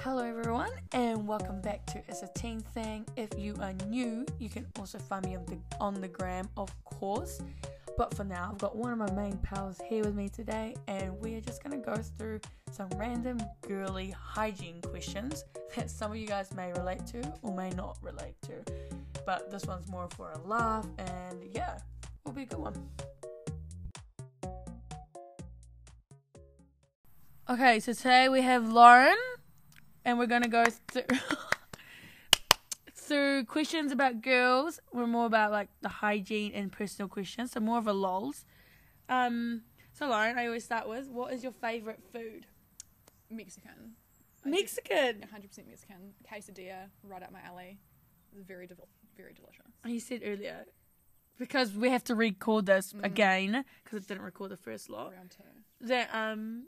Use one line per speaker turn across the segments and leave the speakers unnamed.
Hello, everyone, and welcome back to It's a Teen Thing. If you are new, you can also find me on the, on the gram, of course. But for now, I've got one of my main pals here with me today, and we are just going to go through some random girly hygiene questions that some of you guys may relate to or may not relate to. But this one's more for a laugh, and yeah, will be a good one. Okay, so today we have Lauren, and we're gonna go through through questions about girls. We're more about like the hygiene and personal questions, so more of a lols. Um, so Lauren, I always start with, what is your favorite food?
Mexican.
Mexican.
One hundred percent Mexican quesadilla, right up my alley. It's very, devil very delicious.
You said earlier because we have to record this
Mm.
again because it didn't record the first lot.
Round two.
That um,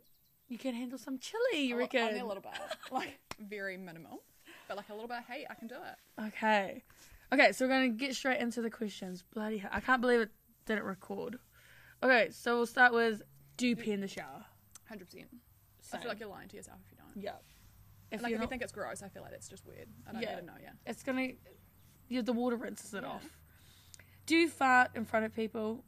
you can handle some chili. You
Oh, I li-
reckon?
Only a little bit, like very minimal, but like a little bit. Hey, I can do it.
Okay. Okay, so we're going to get straight into the questions. Bloody hell. I can't believe it didn't record. Okay, so we'll start with do you pee in the shower?
Hundred percent. I
Same.
feel like you're lying to yourself if you don't.
yeah. If
like
you're
if you
not-
think it's gross, I feel like it's just weird. I don't
Yeah.
even know. Yeah.
it's going to, yeah, the water rinses it
Yeah.
off. Do you fart in front of people?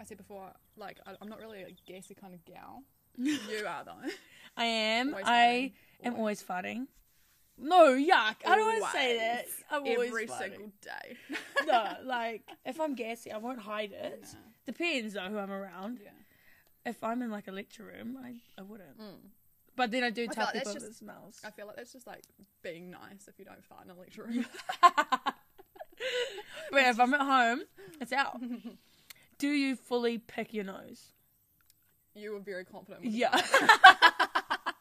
I said before, like I, I'm not really a gassy kind of gal. you are though.
I am.
Always
I
farting.
am always farting. No, yuck. I don't want to say that.
Always.
I'm always
Every
farting.
single day.
No, like, if I'm gassy, I won't hide it.
Nah,
Depends, though, who I'm around.
yeah.
If I'm in, like, a lecture room, I, I wouldn't.
Mm.
But then I do
I
tell
felt that's
people
just-
it smells.
I feel like that's just like being nice if you don't fart in a lecture room.
but if I'm at home, it's out. Do you fully pick your nose?
you were very confident. with
Yeah.
that.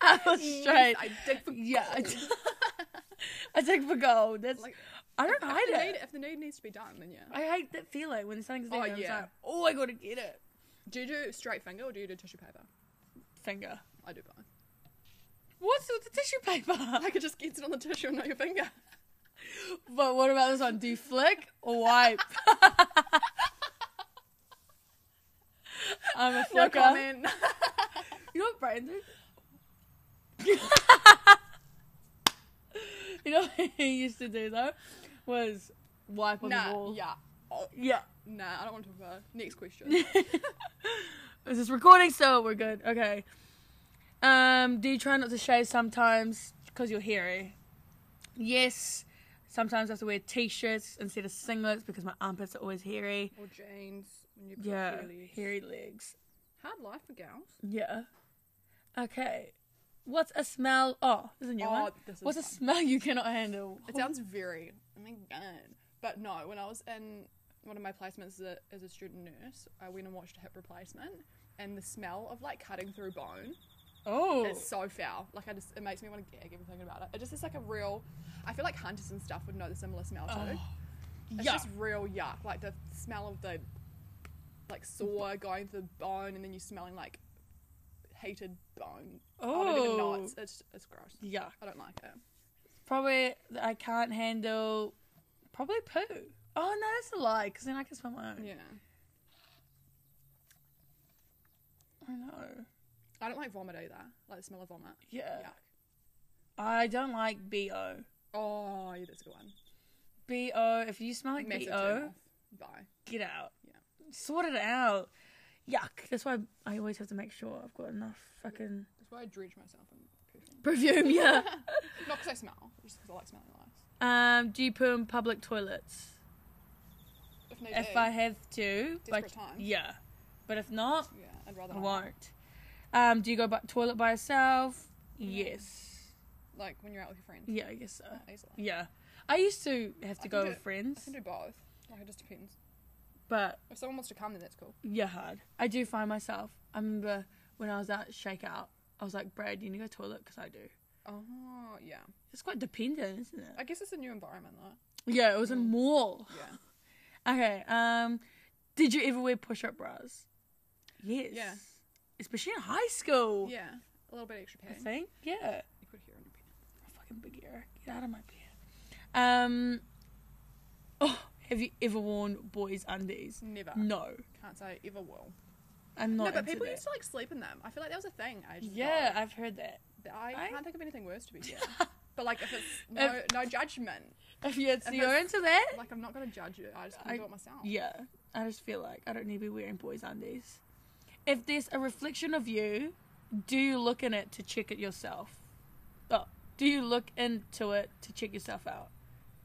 I was
Yes,
straight.
I did. For
yeah. I t- I take for gold. That's
Like,
I don't
if, the
hide
need,
it.
if the need needs to be done, then yeah.
I hate that feeling when something's there.
Oh,
and I'm
yeah.
like, oh, I gotta get it.
Do you do straight finger or do you do tissue paper?
Finger.
I do both.
What's with the tissue paper?
I could just get it on the tissue and not your finger.
But what about this one? Do you flick or wipe? I'm a
No
flicker.
comment.
You know what Brandon? you know what he used to do though? Was wipe on the
nah.
wall.
Yeah. Oh,
Yeah.
nah. I don't want to talk about. it. Next question.
Is this recording? So we're good. Okay. Um, do you try not to shave sometimes because you're hairy? Yes. Sometimes I have to wear t-shirts instead of singlets because my armpits are always hairy.
or jeans. When you
Yeah,
really-
hairy legs.
Hard life for gals.
Yeah. Okay. What's a smell? Oh, this is a new one.
this is
What's a
fun.
smell you cannot handle?
It sounds very, oh my god. But no, when I was in one of my placements as a, as a student nurse, I went and watched a hip replacement, and the smell of like cutting through bone
Oh,
is so foul. Like, I just, it makes me want to gag even thinking about it. It just is like a real, I feel like hunters and stuff would know the similar smell too. it's
yeah.
just real yuck. Like, the smell of the like sore going through the bone, and then you smelling like heated bone. I don't even know.
Oh.
It's, it's, it's gross.
Yuck.
I don't like it.
Probably that I can't handle. Probably poo. Oh no, that's a lie. Because then I can smell my own.
Yeah.
I know.
I don't like vomit either. Like, the smell of vomit.
Yeah.
Yuck.
I don't like bo.
Oh, yeah, that's a good one.
Bo. If you smell like
Massive turn
bo,
off. Bye.
get out.
Yeah.
Sort it out. Yuck. That's why I always have to make sure I've got enough fucking
That's why I dredge myself in perfume.
perfume. Yeah.
Not because I smell, just because I like smelling nice.
um. Do you poo in public toilets?
If need
If
be.
I have to, but
Desperate times.
yeah. But if not,
Yeah, I'd rather
I
not.
won't. Um, do you go by toilet by yourself?
Yeah.
Yes.
Like when you're out with your friends.
Yeah, I guess so.
Yeah, easily.
Yeah. I used to have to
I
go
can do
with
it. I
friends,
can do both. Like, it just depends.
but
If someone wants to come, then that's cool.
yeah, hard. I do find myself. I remember when I was at Shakeout, I was like, Brad, you need to go toilet because I do.
Oh, yeah.
It's quite dependent, isn't it?
I guess it's a new environment, though.
Yeah, it was a
Mm.
mall.
Yeah.
Okay. Um, did you ever wear push-up bras? Yes.
Yeah.
Especially in high school.
Yeah. A little bit extra
I
padding.
think. Yeah.
You could hear in your pants.
Fucking Big Eric, get out of my bed. Um, oh, have you ever worn boys' undies?
Never.
No,
Can't say I ever will.
I'm not.
no, but
into
people
that.
used to like sleep in them. I feel like that was a thing. I just
Yeah, I've heard that.
I
I-
can't think of anything worse to be fair. but like if it's no, no judgment,
If you're,
If
you're
it's-
into that,
like I'm not gonna judge it. I just
I-
can do it myself.
yeah. I just feel like I don't need to be wearing boys' undies. If there's a reflection of you, do you look in it to check it yourself? Oh, do you look into it to check yourself out?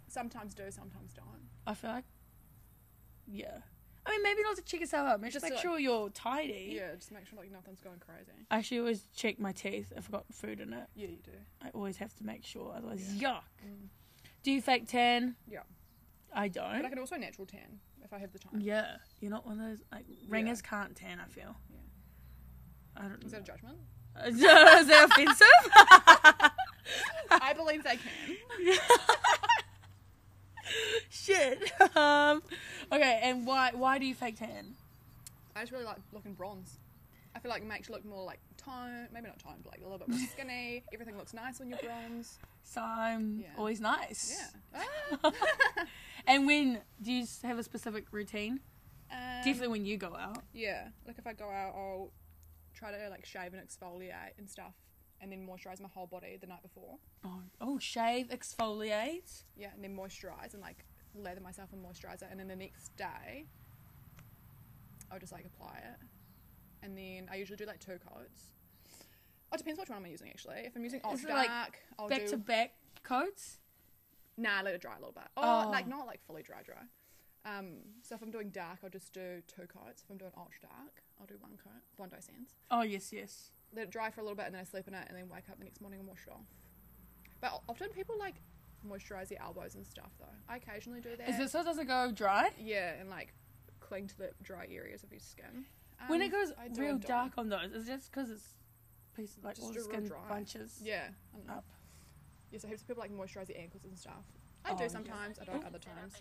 Sometimes do, sometimes don't.
I feel like, yeah. I mean, maybe not to check yourself out. Maybe just
Just
make
like-
sure you're tidy.
Yeah, just make sure like nothing's going crazy.
I actually always check my teeth if I've got food in it.
Yeah, you do.
I always have to make sure, otherwise, yuck.
Mm.
Do you fake tan?
Yeah.
I
But
don't.
I can also natural tan if I have the time.
Oh. yeah, you're not one of those. Like, ringers can't tan, I feel.
Yeah.
I don't know.
Is that a judgment?
Is that offensive?
I believe they can.
Shit. Um, okay, and why why do you fake tan?
I just really like looking bronze. I feel like it makes you look more like toned, maybe not toned, but like a little bit more skinny. Everything looks nice when you're bronze.
So I'm
Yeah.
always nice.
Yeah. Ah.
And when do you s- have a specific routine?
Um,
Definitely when you go out.
Yeah, like if I go out, I'll try to like shave and exfoliate and stuff, and then moisturize my whole body the night before.
Oh, oh shave, exfoliate.
Yeah, and then moisturize and like lather myself in moisturizer, and then the next day, I'll just like apply it, and then I usually do like two coats. Oh, it depends which one I'm using actually. If I'm using
Is
ultra
it, like,
dark, I'll
back
do
to back coats.
nah, let it dry a little bit. Oh,
Oh.
like not like fully dry dry. Um, so if I'm doing dark, I'll just do two coats. If I'm doing ultra dark, I'll do one coat, Bondi Sands.
Oh yes, yes.
let it dry for a little bit and then I sleep in it and then wake up the next morning and wash it off. But o- often people like moisturize their elbows and stuff though. I occasionally do that.
Is it so it doesn't go dry?
yeah, and like cling to the dry areas of your skin.
when
Um,
it goes
I do
real
and don't.
dark on those, it's just because it's piece like
Just
all
do
the
real
skin
dry.
bunches
Yeah, I don't know.
up.
Yeah, so heaps of people like moisturize their ankles and stuff.
Oh,
I
yeah.
do sometimes, I don't other times.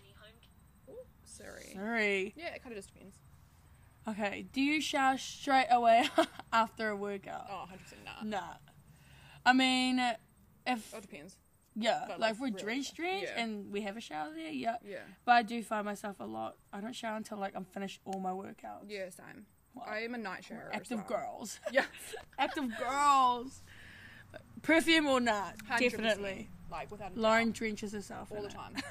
Ooh, sorry.
Sorry.
Yeah, it kind of just depends.
Okay. Do you shower straight away after a workout?
Oh, 100% nah.
Nah. I mean, if
Oh, it depends.
yeah,
but,
like,
like,
if we're
really,
drenched, drenched,
yeah.
and we have a shower there, yeah.
Yeah.
But I do find myself a lot. I don't shower until like I'm finished all my workouts.
Yeah, same.
Wow.
I am a night shower.
Active girls.
Yeah.
Active girls. Perfume or not?
100%,
Definitely.
Like without a doubt.
Lauren drenches herself
all
in
the
it.
time.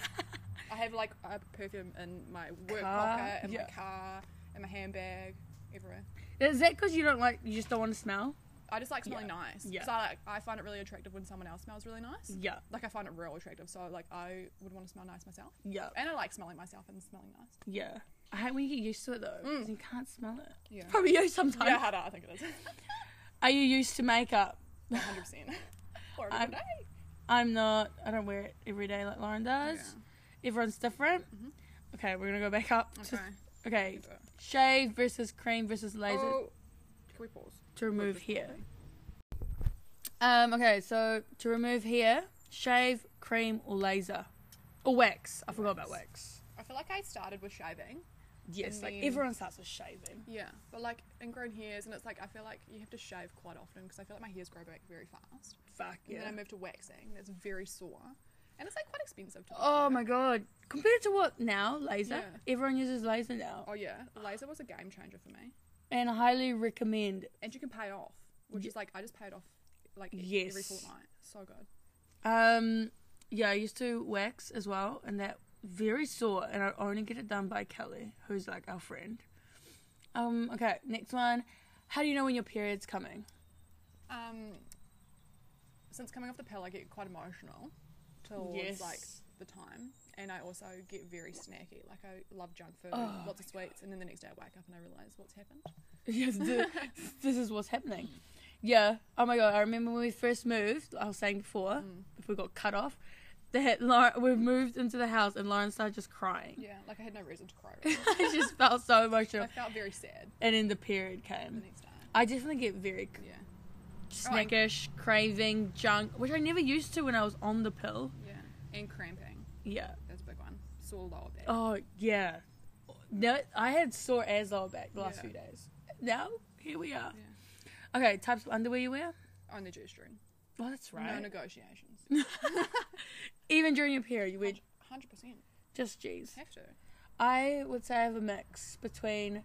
I have like I have perfume in my work
Car,
pocket, in
yeah.
my car, in my handbag, everywhere.
Is that because you don't like? You just don't want to smell?
I just like smelling
Yeah,
nice.
yeah. Mm.
So I like I find it really attractive when someone else smells really nice.
Yeah,
Like I find it real attractive, so like I would want to smell nice myself,
yeah,
and I like smelling myself and smelling nice.
yeah. I hate when you get used to it though, 'cause you can't smell it.
Mm. Yeah,
Probably you sometimes.
yeah, harder I think it is.
Are you used to makeup?
One hundred percent. Or
I'm-
every day.
I'm not. I don't wear it every day like Lauren does. Everyone's different. Okay, we're gonna go back up.
Okay.
To, Mm-hmm. okay,
Is it-
shave versus cream versus laser
Oh, can we pause?
to remove here. Um. Okay, so to remove here, shave, cream, or laser, or wax. I forgot about wax.
I feel like I started with shaving.
Yes,
And
like
then-
everyone starts with shaving.
Yeah, but like ingrown hairs, and it's like I feel like you have to shave quite often because I feel like my hairs grow back very fast.
Fuck
And
yeah.
then I moved to waxing. That's very sore. And it's like quite expensive to be
Oh
fair.
my god. Compared to what now, laser?
Yeah.
Everyone uses laser now.
Oh yeah. Laser was a game changer for me.
And I highly recommend.
And you can pay it off. Which
Ye-
is like I just paid off like e- every
Yes.
fortnight. So good.
Um yeah, I used to wax as well and that very sore and I only get it done by Kelly, who's like our friend. Um, okay, next one. How do you know when your period's coming?
Um since coming off the pill I get quite emotional towards like the time. And I also get very snacky. Like I love junk food,
Oh
lots of sweets, and then the next day I wake up and I realise what's happened.
yes, th- this is what's happening. Yeah. Oh my god, I remember when we first moved. I was saying before, if we got cut off, that Lauren, we moved into the house and Lauren started just crying.
Yeah, like I had no reason to cry. Really.
I just felt so
I
emotional.
felt very sad
And then the period
the
came.
next day.
I definitely get very c-
Yeah,
snackish, craving, junk, which I never used to when I was on the pill.
yeah. And cramping.
Yeah.
That's a big one. Sore lower back.
Oh yeah. No, I had sore as all back the last
Yeah.
few days. Now here we are.
Yeah.
Okay, types of underwear you wear.
on the G string.
Well, that's
No
Oh. right.
negotiations.
Even during your period, you wear
Hundred percent.
just jeans.
Have to.
I would say I have a mix between,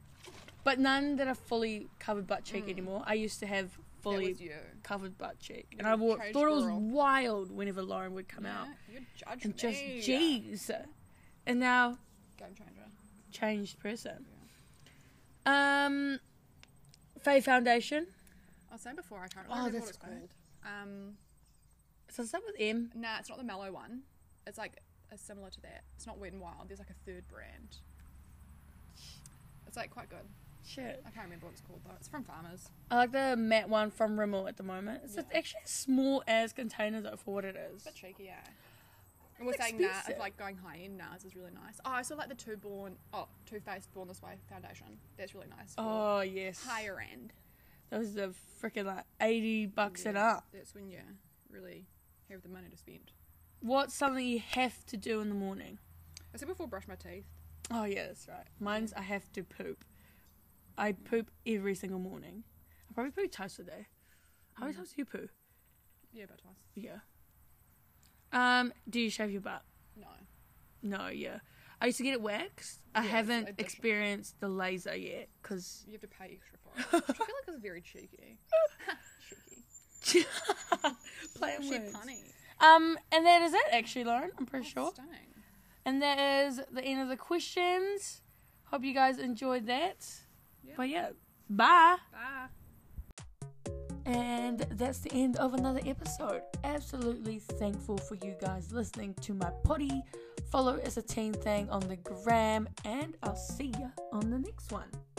but none Hmm. that are fully covered butt cheek anymore. I used to have
That
fully
was you.
covered butt cheek,
You
and I wa-
changed
thought it was
rural.
wild whenever Lauren would come
yeah,
out
You judge
and just
me.
jeez, and now
Game changer.
changed person. Um, Faye Foundation.
I was saying before, I can't
Oh,
remember
that's
what it's called. Um,
So is that with M?
nah, it's not the mellow one. It's like uh, similar to that. It's not Wet and Wild. There's like a third brand. It's like quite good.
Shit.
I can't remember what it's called though. It's from Farmers.
I like the matte one from Rimmel at the moment. It's
Yeah.
just actually a small as container though for what it is.
But cheeky, yeah. And we're
It's
saying nah,
expensive.
like going high end Nars is really nice. Oh, I saw like the two born, oh, Too Faced Born This Way foundation. That's really nice. for
Oh yes.
higher end.
Those are freaking like eighty bucks and
Yeah,
up.
That's when you really have the money to spend.
What's something you have to do in the morning?
I said before, brush my teeth.
Oh yeah, that's right. Mine's I have to poop. I poop every single morning. I probably poo twice a day. How many
Mm.
times do you poo?
Yeah, about twice.
Yeah. Um, do you shave your butt?
No.
No, yeah. I used to get it waxed. I
Yeah, it's
haven't
a different-
experienced the laser yet because
You have to pay extra for it. Which I feel like it's very cheeky. cheeky.
playing
She
with.
punny.
Um, and that is it actually, Lauren. I'm pretty
Oh,
sure.
stunning.
And that is the end of the questions. Hope you guys enjoyed that.
Yeah.
But yeah, bye.
Bye.
And that's the end of another episode. Absolutely thankful for you guys listening to my potty. Follow It's a Teen Thing on the gram, and I'll see ya on the next one.